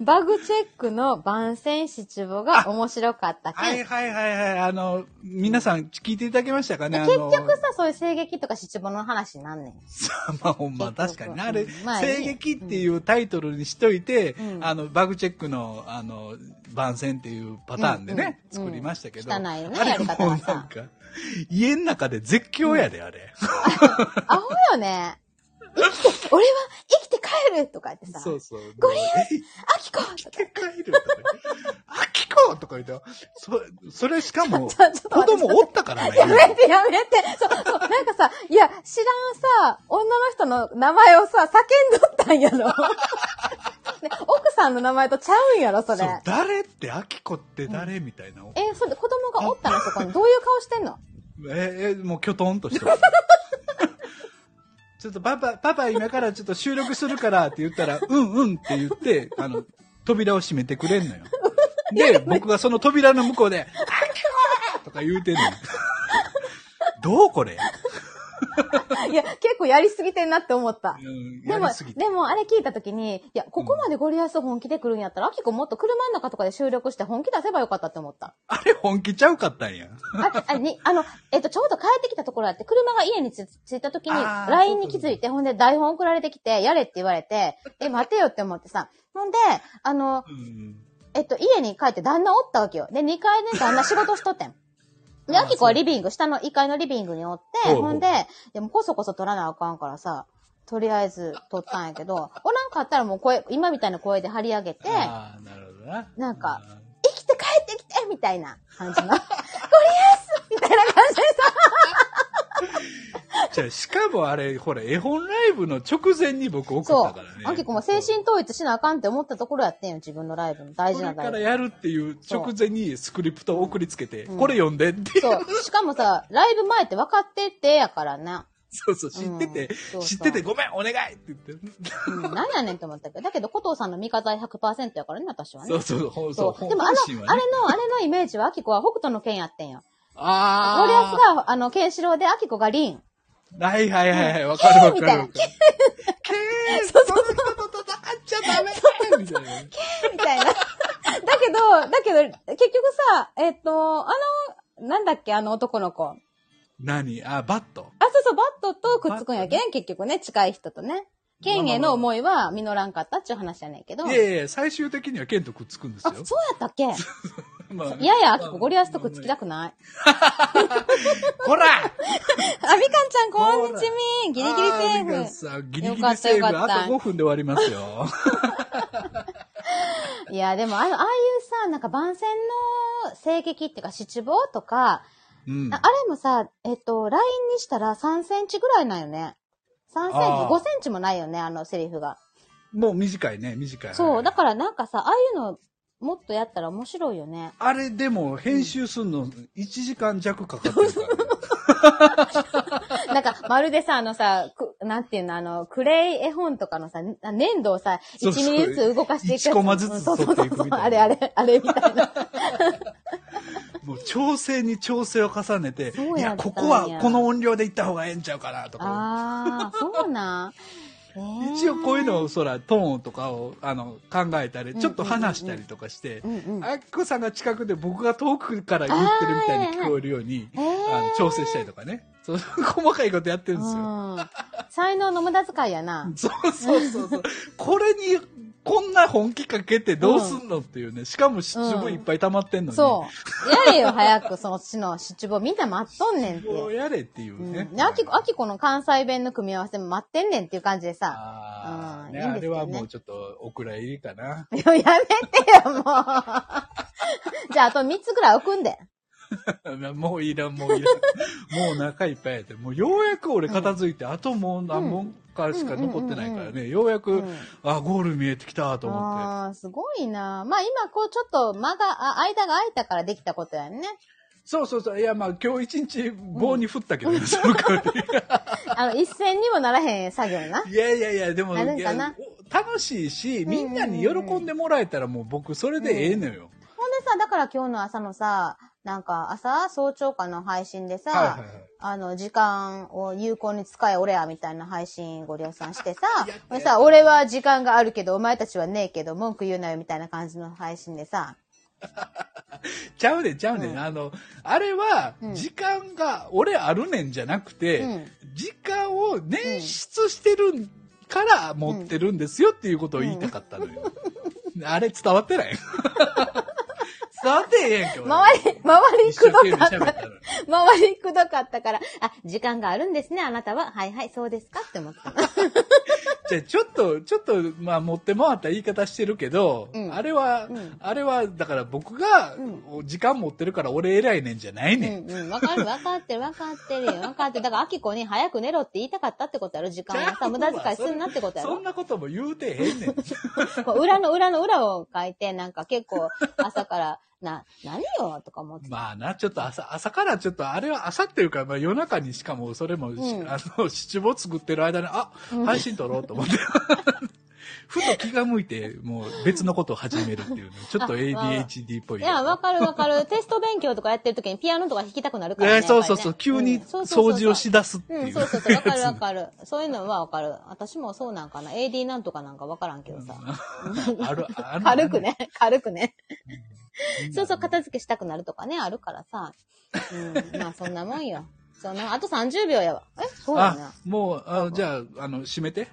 Speaker 1: バグチェックの番宣七望が面白かった
Speaker 2: は
Speaker 1: 件
Speaker 2: い。はいはいはい。あの、皆さん聞いていただけましたかねあ
Speaker 1: 結
Speaker 2: の、
Speaker 1: 局さ、そういう声劇とか七望の話になんねん。
Speaker 2: さまあほんま、確かになあれ、
Speaker 1: まあいい
Speaker 2: 声劇っていうタイトルにしといて、
Speaker 1: うん
Speaker 2: あの、バグチェックの、あの、番宣っていうパターンでね、
Speaker 1: うんうん
Speaker 2: 作りましたけど。
Speaker 1: 汚いよね
Speaker 2: あれ
Speaker 1: やり方
Speaker 2: もうな
Speaker 1: が
Speaker 2: ん
Speaker 1: さ
Speaker 2: か、家の中で絶叫やで、あれ。
Speaker 1: アホよね。生きて、俺は生きて帰るとか言ってさ、
Speaker 2: そうそう。
Speaker 1: ゴリ
Speaker 2: ラ
Speaker 1: アキコ
Speaker 2: 来て帰るとか言って、あきことか言って、そ、それしか も、
Speaker 1: ちょちょっと
Speaker 2: 子
Speaker 1: 待って
Speaker 2: 供おったからね。
Speaker 1: やめてやめてそうそう、なんかさ、いや、知らんさ、女の人の名前をさ、叫んどったん やろ。ね、奥さんの名前とちゃうんやろ、それ。
Speaker 2: そう誰って、あきこって誰、みたいな。
Speaker 1: え、それ、子供がおったのそこに。どういう顔して んの
Speaker 2: え、え、もうきょとんとしてるちょっとパパ、パパ今からちょっと収録するからって言ったら、うんうんって言って、あの、扉を閉めてくれんのよ。 で、僕がその扉の向こうで、あきことか言うてんのよ。どうこれ、
Speaker 1: いや、結構やりすぎてんなって思った。
Speaker 2: うん、
Speaker 1: で
Speaker 2: や
Speaker 1: も
Speaker 2: りすぎ、て。
Speaker 1: でもあれ聞いたときに、いや、ここまでゴリアス本気で来るんやったら、アキコもっと車の中とかで収録して本気出せばよかったって思った。
Speaker 2: あれ本気ちゃうかったんや。
Speaker 1: あ、あ、に、あの、えっと、ちょうど帰ってきたところだって、車が家につ着いた時に、
Speaker 2: あー
Speaker 1: LINE に気づいて、ほんで台本送られてきて、やれって言われ て、え、待てよって思ってさ。ほんで、あの、
Speaker 2: うん
Speaker 1: えっと、家に帰って旦那おったわけよ。で、2階で旦那仕事しとってん。で、
Speaker 2: あー
Speaker 1: アキコはリビング、下の1階のリビングにおって、
Speaker 2: ほうほう
Speaker 1: ほんで、でもこそこそ撮らなあかんからさ、とりあえず撮ったんやけど、おらんかったらもう声、今みたいな声で張り上げて、
Speaker 2: ああ、なるほどな。
Speaker 1: なんか
Speaker 2: あ
Speaker 1: 生きて帰ってきてみたいな感じの、ゴリアスみたいな感じでさ、
Speaker 2: じゃあしかもあれ、ほら、絵本ライブの直前に僕送っ
Speaker 1: そ
Speaker 2: た
Speaker 1: う
Speaker 2: からね。。
Speaker 1: あきこも精神統一しなあかんって思ったところやってんよ、自分のライブの。大事
Speaker 2: こ
Speaker 1: な
Speaker 2: れ
Speaker 1: ライ
Speaker 2: から
Speaker 1: ブ。
Speaker 2: やるっていう直前にスクリプトを送りつけて、
Speaker 1: うん
Speaker 2: これ読んでって。
Speaker 1: そう。しかもさ、ライブ前って分かっててやからな。
Speaker 2: そうそう、知ってて
Speaker 1: うんそうそ、う
Speaker 2: 知っててごめん、お願いって言って。
Speaker 1: うん、何やねんって思ったけど。だけど、古藤さんの味方は100%やからね、私はね。
Speaker 2: そうそう、ほそう、
Speaker 1: でもあの、
Speaker 2: 本心は
Speaker 1: あ
Speaker 2: ね
Speaker 1: れの、あれのイメージは、アキコは北斗の剣やってんよ。
Speaker 2: あー
Speaker 1: ゴリアスが、あの、ケンシロウで、アキコがリン。
Speaker 2: はいはいはいはい、わかるわか
Speaker 1: み
Speaker 2: る
Speaker 1: たいな
Speaker 2: わかる。けーそうそうそう。戦っちゃダメみたいな。
Speaker 1: みたいな。だけど、だけど、結局さ、えっ、と、あの、なんだっけ、あの男の子。あ、
Speaker 2: 何あ、バット。
Speaker 1: そうそう、バットとくっつくんやけん、結局ね、近い人とね。剣への思いは実らんかったっちゅう話やねんけど。
Speaker 2: いやいや、最終的には剣とくっつくんです
Speaker 1: あ、
Speaker 2: よ
Speaker 1: そう。やったっけ
Speaker 2: まあ
Speaker 1: いやいや、アキコゴリアスとくっつきたく ない。
Speaker 2: こら
Speaker 1: あ、みかんちゃん、こんにちみギリギリセ
Speaker 2: あみかん
Speaker 1: ーフ。
Speaker 2: さんギリギリセー
Speaker 1: よかったよか
Speaker 2: フ。あ
Speaker 1: った
Speaker 2: と5分で終わりますよ。
Speaker 1: いや、でも、あの、ああいうさ、なんか番宣の性劇っていうか、七望とか、
Speaker 2: うん
Speaker 1: ああ。れもさ、えっと、ラインにしたら3センチぐらいなんよね。3センチ、
Speaker 2: あー
Speaker 1: 5センチもないよね、あのセリフが。
Speaker 2: もう短いね、短い。
Speaker 1: そう、だからなんかさ、ああいうの、もっとやったら面白いよね。
Speaker 2: あれでも編集すんの1時間弱かかってるからね。
Speaker 1: なんか、まるでさ、あのさ、くなんていうの、あの、クレイ絵本とかのさ、な粘土をさ、1
Speaker 2: そうそう
Speaker 1: ミリずつ動かしていくやつ。
Speaker 2: 一コマずつ
Speaker 1: うんそうそう
Speaker 2: 撮
Speaker 1: そ
Speaker 2: って
Speaker 1: う
Speaker 2: いく
Speaker 1: そう
Speaker 2: み、た
Speaker 1: あ
Speaker 2: い
Speaker 1: れ
Speaker 2: な
Speaker 1: あれ、あれみた いな。
Speaker 2: もう調整に調整を重ねて、
Speaker 1: そう
Speaker 2: い
Speaker 1: や
Speaker 2: や、
Speaker 1: ったんや
Speaker 2: ここはこの音量で行った方がええんちゃうかなとか。
Speaker 1: ああ、そうなん。えー
Speaker 2: 一応こういうのを、そら、トーンとかを、あの、考えたり、ちょっと話したりとかして
Speaker 1: う、んうん。
Speaker 2: あっこさんが近くで僕が遠くから言ってるみたいに聞こえるように、
Speaker 1: あーはいはいはい
Speaker 2: あの調整したりとかね。そう、細かいことやってるんですよ。
Speaker 1: うん才能の無駄遣いやな。
Speaker 2: そうそうそうそう。これに、こんな本気かけてどうすんのっていうね。しかも湿布いっぱい溜まってんのに。
Speaker 1: そう。やれよ、早く、その死の七望。みんな待っとんねんって。、
Speaker 2: もうやれっていううんね
Speaker 1: で、。あきこ、あきこの関西弁の組み合わせも待ってんねんっていう感じで さ。
Speaker 2: ああ、
Speaker 1: うん
Speaker 2: ね、
Speaker 1: いいん
Speaker 2: あ
Speaker 1: ですけ
Speaker 2: れ
Speaker 1: どね
Speaker 2: はもうちょっとお蔵入りかな。
Speaker 1: いや、やめてよ、もう。じゃあ、あと3つぐらい送んで。
Speaker 2: もういらん、もういらん。 もう中いっぱいやって。もうようやく俺片付いて、あともう何本かしか残ってないから
Speaker 1: うんうん
Speaker 2: ね。ようやく、
Speaker 1: うん
Speaker 2: あ、ゴール見えてきたと思って。
Speaker 1: ああ、すごいな。まあ、今、こう、ちょっと、間が、あ、間が空いたからできたことやんね。
Speaker 2: そうそうそう。いや、まあ今日一日棒に振ったけどね、 その代 わ
Speaker 1: あ の、一線にもならへん作業な
Speaker 2: り。。いやいやいや、でも、
Speaker 1: なるん
Speaker 2: い
Speaker 1: かな
Speaker 2: や楽しいし、みんなに喜んでもらえたらもう僕それでええのよ。
Speaker 1: ほんでさ、だから今日の朝のさ、なんか朝、早朝かの配信でさ、
Speaker 2: はいはいはい
Speaker 1: あの、時間を有効に使え俺やみたいな配信ご量産してさ
Speaker 2: やった、
Speaker 1: でさ、俺は時間があるけど、お前たちはねえけど、文句言うなよみたいな感じの配信でさ、
Speaker 2: ちゃうねんちゃうねん、
Speaker 1: うん
Speaker 2: あのあれは
Speaker 1: うん
Speaker 2: 時間が俺あるねんじゃなくて、
Speaker 1: うん
Speaker 2: 時間を捻出してるから持ってるんですよっていうことを言いたかったのよ、あれ伝わってない 伝わってへんやんけ俺
Speaker 1: 周り、周り
Speaker 2: 一
Speaker 1: く
Speaker 2: 生
Speaker 1: どか
Speaker 2: 懸 命
Speaker 1: った。
Speaker 2: 喋ったのに
Speaker 1: 周りくどかったから、あ、時間があるんですね、あなたは。はいはい、そうですかって思った。
Speaker 2: じゃあちょっとちょっとまあ持って回った言い方してるけど、
Speaker 1: うん
Speaker 2: あれは、
Speaker 1: うん
Speaker 2: あれはだから僕が時間持ってるから俺偉いねんじゃないうねん、
Speaker 1: んうん、わかる、わかってる、わかってるよ、わかってる。だから、アキコに早く寝ろって言いたかったってことやろ時間をさ、無駄遣いするなってことやろ
Speaker 2: そんなことも言うてへんねん
Speaker 1: こう裏の裏の裏を書いて、なんか結構朝から、な、何よとか思って。
Speaker 2: まあな、ちょっと朝、朝からちょっと、あれは朝っていうか、まあ夜中にしかも、それもし、
Speaker 1: うん
Speaker 2: あの、七五作ってる間に、あ、配信撮ろうと思って。 ふと気が向いて、もう別のことを始めるっていうね。ちょっと
Speaker 1: あまあ
Speaker 2: ADHD っぽい
Speaker 1: い
Speaker 2: よね。
Speaker 1: や、わかるわかる。テスト勉強とかやってる時にピアノとか弾きたくなるからね。
Speaker 2: えーそうそう
Speaker 1: や
Speaker 2: そ
Speaker 1: っ
Speaker 2: う。
Speaker 1: ぱり
Speaker 2: 急
Speaker 1: ね
Speaker 2: に
Speaker 1: うんそうそうそう
Speaker 2: 掃除をしだすって
Speaker 1: う
Speaker 2: い
Speaker 1: ん、
Speaker 2: う。
Speaker 1: そうそうそう。わかるわかる。そういうのはわかる。私もそうなんかな。AD なんとかなんかわからんけどさ。
Speaker 2: ある、あ る。
Speaker 1: 軽く。ね。軽くね。そうそう、片付けしたくなるとかね、あるからさ。うん、まあそんなもん よ。そんな、あと30秒やわ。え、そうやな
Speaker 2: あ。、もう、あじゃあ、あの、閉めて。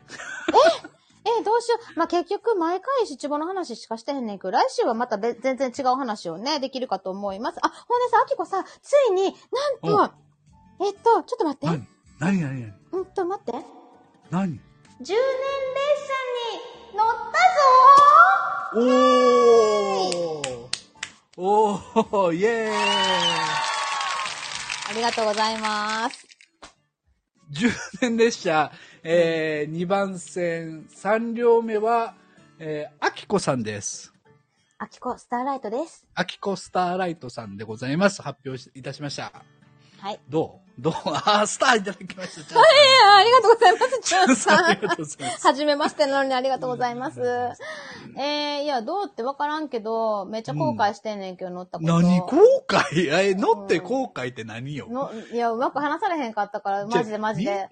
Speaker 1: えー、どうしよう。まあ、結局、毎回七五の話しかしてへんねんけど、来週はまたべ全然違う話をね、できるかと思います。あ、ほんでさ、あきこさ、ついに、なんと、えっと、ちょっと待って
Speaker 2: 何。何何何
Speaker 1: うんと、待って。10
Speaker 2: 何
Speaker 1: 年列車に乗ったぞ
Speaker 2: おーおーイェーイ
Speaker 1: ーありがとうございます。
Speaker 2: 10電列車、え2番線、3両目は、えー、あきこさんです。
Speaker 1: あきこ、スターライトです。
Speaker 2: あきこスターライトさんでございます。発表しいたしました。
Speaker 1: はい。
Speaker 2: どう どうあー、スターいただきました。ちゃ
Speaker 1: えー、
Speaker 2: ん
Speaker 1: ありがとうござい ます、ちゃん
Speaker 2: とあ
Speaker 1: さ
Speaker 2: りがとうございます。
Speaker 1: ん。はじめましてなのにありがとうござい ます。
Speaker 2: あ
Speaker 1: えー、いや、どうってわからんけど、めっちゃ後悔してんねんけど、乗ったこと。
Speaker 2: 何後悔え、乗って後悔って何よ
Speaker 1: のいや、うまく話されへんかったから、
Speaker 2: じゃあ
Speaker 1: マジでマジで。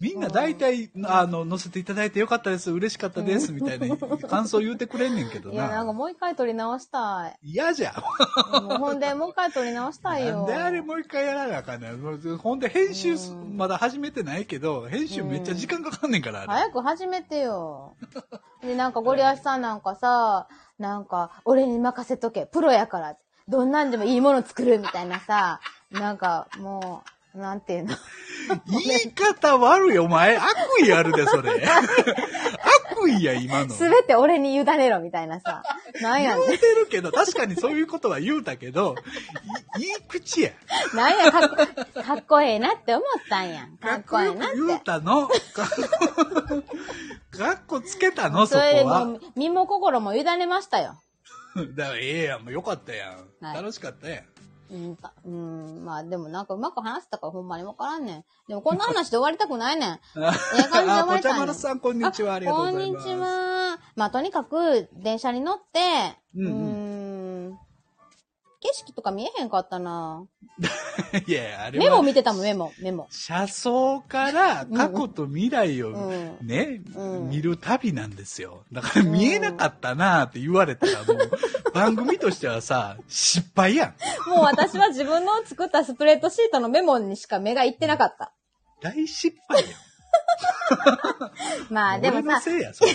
Speaker 2: みんな大体、あの、乗せていただいてよかったです、嬉しかったです、みたいな感想言うてくれんねんけど
Speaker 1: いや、なんか
Speaker 2: な。
Speaker 1: もう一回撮り直 した
Speaker 2: 嫌じゃん。
Speaker 1: い。もうほんで、もう一回撮り直したい
Speaker 2: な
Speaker 1: よ。
Speaker 2: んであれもう一回やらなあかんねん。ほんで編集す、
Speaker 1: うん
Speaker 2: まだ始めてないけど、編集めっちゃ時間かかんねんから、あれ。
Speaker 1: 早く始めてよ。で、なんかゴリアスさんなんかさ、なんか、俺に任せとけ。プロやから。どんなんでもいいもの作るみたいなさ、なんか、もう、なんていうの。
Speaker 2: 言い方悪い、お前。悪意あるで、 それ。悪意や、今の。
Speaker 1: すべて俺に委ねろみたいな さ。なんや
Speaker 2: 言
Speaker 1: ね
Speaker 2: うてるけど、確かにそういうことは言うたけど、いいい口や。
Speaker 1: ん。なんやかっこ、かっこええなって思ったんやん。
Speaker 2: か
Speaker 1: か
Speaker 2: っ
Speaker 1: っ
Speaker 2: こ
Speaker 1: こえ
Speaker 2: よ
Speaker 1: え
Speaker 2: く
Speaker 1: なって。
Speaker 2: 言うたの。 かかっこつけたの、そ
Speaker 1: そ
Speaker 2: こ
Speaker 1: れで
Speaker 2: は
Speaker 1: も。う、身も心も委ねましたよ。
Speaker 2: だからええやん、もうよかったやん。
Speaker 1: はい
Speaker 2: 楽しかったやん。
Speaker 1: うん、たうん、まあでもなんかうまく話せたからほんまにわからんねん。でもこんな話で終わりたくないねん。
Speaker 2: あ
Speaker 1: ええ感じで終わりたいね
Speaker 2: あ、ぽちゃまるさん、こんにちは。ありがとうございます。
Speaker 1: こんにちは。まあとにかく電車に乗って、
Speaker 2: うんう
Speaker 1: うーん景色とか見えへんかったな。
Speaker 2: いやいや、あれは
Speaker 1: メモ見てたもん、メモ、メモ。
Speaker 2: 車窓から過去と未来
Speaker 1: う
Speaker 2: を
Speaker 1: ん。
Speaker 2: ね、
Speaker 1: うん
Speaker 2: 見る旅なんですよ。だから見えなかったなーって言われたらもう、番組としてはさ、失敗やん。
Speaker 1: もう私は自分の作ったスプレッドシートのメモにしか目がいってなかった。
Speaker 2: 大失敗や
Speaker 1: まあ
Speaker 2: ん。
Speaker 1: でも
Speaker 2: 俺の
Speaker 1: さ、
Speaker 2: せいや、それ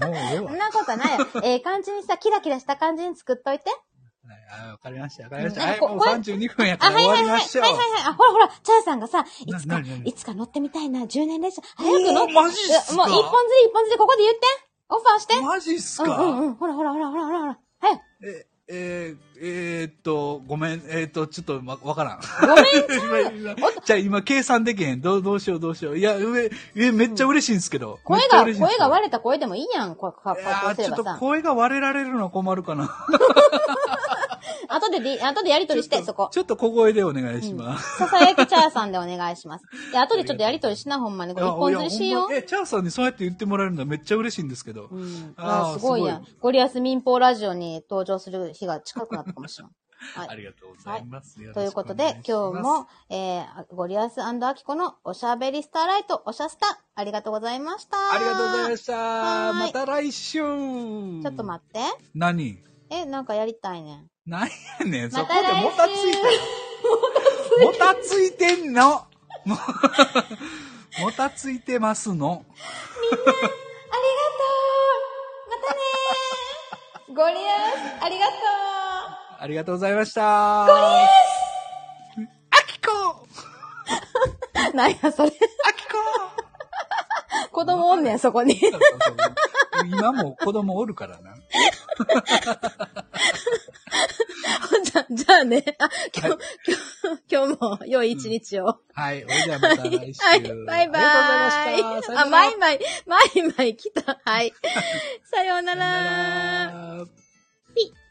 Speaker 2: は。もうええ
Speaker 1: そ
Speaker 2: わ
Speaker 1: ん。なことはないよ。ええ感じにさ、キラキラした感じに作っといて。
Speaker 2: あわかりました、わかりました。
Speaker 1: うん
Speaker 2: はい、
Speaker 1: こ
Speaker 2: もう
Speaker 1: これ
Speaker 2: 32分や
Speaker 1: あ、
Speaker 2: か
Speaker 1: はい
Speaker 2: ら
Speaker 1: は
Speaker 2: 終わ
Speaker 1: い
Speaker 2: り
Speaker 1: はい。
Speaker 2: ま
Speaker 1: はい
Speaker 2: しょう
Speaker 1: はい。はい。あ、ほらほら、チャーさんがさ、いつ
Speaker 2: な
Speaker 1: か
Speaker 2: なな、
Speaker 1: いつか乗ってみたいな、10年列車。早く乗って。
Speaker 2: マジっ
Speaker 1: いや
Speaker 2: すか
Speaker 1: もう一本釣り一本釣りここで言って。オファーして。
Speaker 2: マジっす
Speaker 1: うん
Speaker 2: か、
Speaker 1: うんうん。ほらほらほらほらほらほら。はい。
Speaker 2: え、えー、えーっと、ごめん、えーっと、ちょっとわ、わからん。
Speaker 1: ごめん。
Speaker 2: 今今 じゃあ今計算できへん。どう、どうしようどうしよう。いや、上、上めっちゃ嬉しいんですけど。
Speaker 1: 声
Speaker 2: めっちゃ
Speaker 1: が、
Speaker 2: 嬉しいんで
Speaker 1: 声
Speaker 2: すけど
Speaker 1: が割れた声でもいいやん。こう、か
Speaker 2: い
Speaker 1: こ
Speaker 2: や
Speaker 1: う
Speaker 2: ー
Speaker 1: す
Speaker 2: ち
Speaker 1: れ
Speaker 2: ょっ
Speaker 1: ば
Speaker 2: と
Speaker 1: さ。
Speaker 2: 声が割れられるのは困るかな。
Speaker 1: 後でで、後でやりとりして、そこ。
Speaker 2: ちょっと小声でお願いします。
Speaker 1: ささやきチャーさんでお願いします。で、後でちょっとやりとりしな、ほんまに。これ一本
Speaker 2: いや
Speaker 1: 釣りし
Speaker 2: いやほ
Speaker 1: よ
Speaker 2: んまえ、チャーさんにそうやって言ってもらえるのはめっちゃ嬉しいんですけど
Speaker 1: う。う。ん。
Speaker 2: あー
Speaker 1: あすごいやん
Speaker 2: す。
Speaker 1: ゴリアス民放ラジオに登場する日が近くなったかもしれん。はい
Speaker 2: あ。りがとうございます。よろ
Speaker 1: とい
Speaker 2: し
Speaker 1: う
Speaker 2: くお
Speaker 1: こ
Speaker 2: 願
Speaker 1: と
Speaker 2: いします
Speaker 1: で、今日も、えー、ゴリアスアキコのおしゃべりスターライト、おしゃスタ、ありがとうございました。
Speaker 2: ありがとうございま
Speaker 1: し
Speaker 2: した。
Speaker 1: はーい
Speaker 2: また来週。ち
Speaker 1: たちょ
Speaker 2: ょ
Speaker 1: っと待
Speaker 2: って。
Speaker 1: って。
Speaker 2: 何
Speaker 1: え、なんかやりたいねん。
Speaker 2: なんやねん、そ
Speaker 1: ま
Speaker 2: こ
Speaker 1: た
Speaker 2: で
Speaker 1: 来週
Speaker 2: もたついた。もたつい てんの。も もたついてますの。
Speaker 1: ありがとうま たねーゴリアス、ありがとう
Speaker 2: ありがとうございました。ゴリエあきこ
Speaker 1: なんや、それ。
Speaker 2: あきこ
Speaker 1: 子供おんねん、そこに。
Speaker 2: 今も子供おるからな。
Speaker 1: じゃ、 じゃあね。あ、今日、今日、今日も良い一日を。
Speaker 2: はい。それではまた来週。
Speaker 1: はい、バイバ
Speaker 2: ありがとうございまし
Speaker 1: イ。
Speaker 2: た。
Speaker 1: あ、マイ
Speaker 2: バ
Speaker 1: マイ、マイマイ来た。はい。さような
Speaker 2: イ
Speaker 1: ら。
Speaker 2: ら。
Speaker 1: ピッ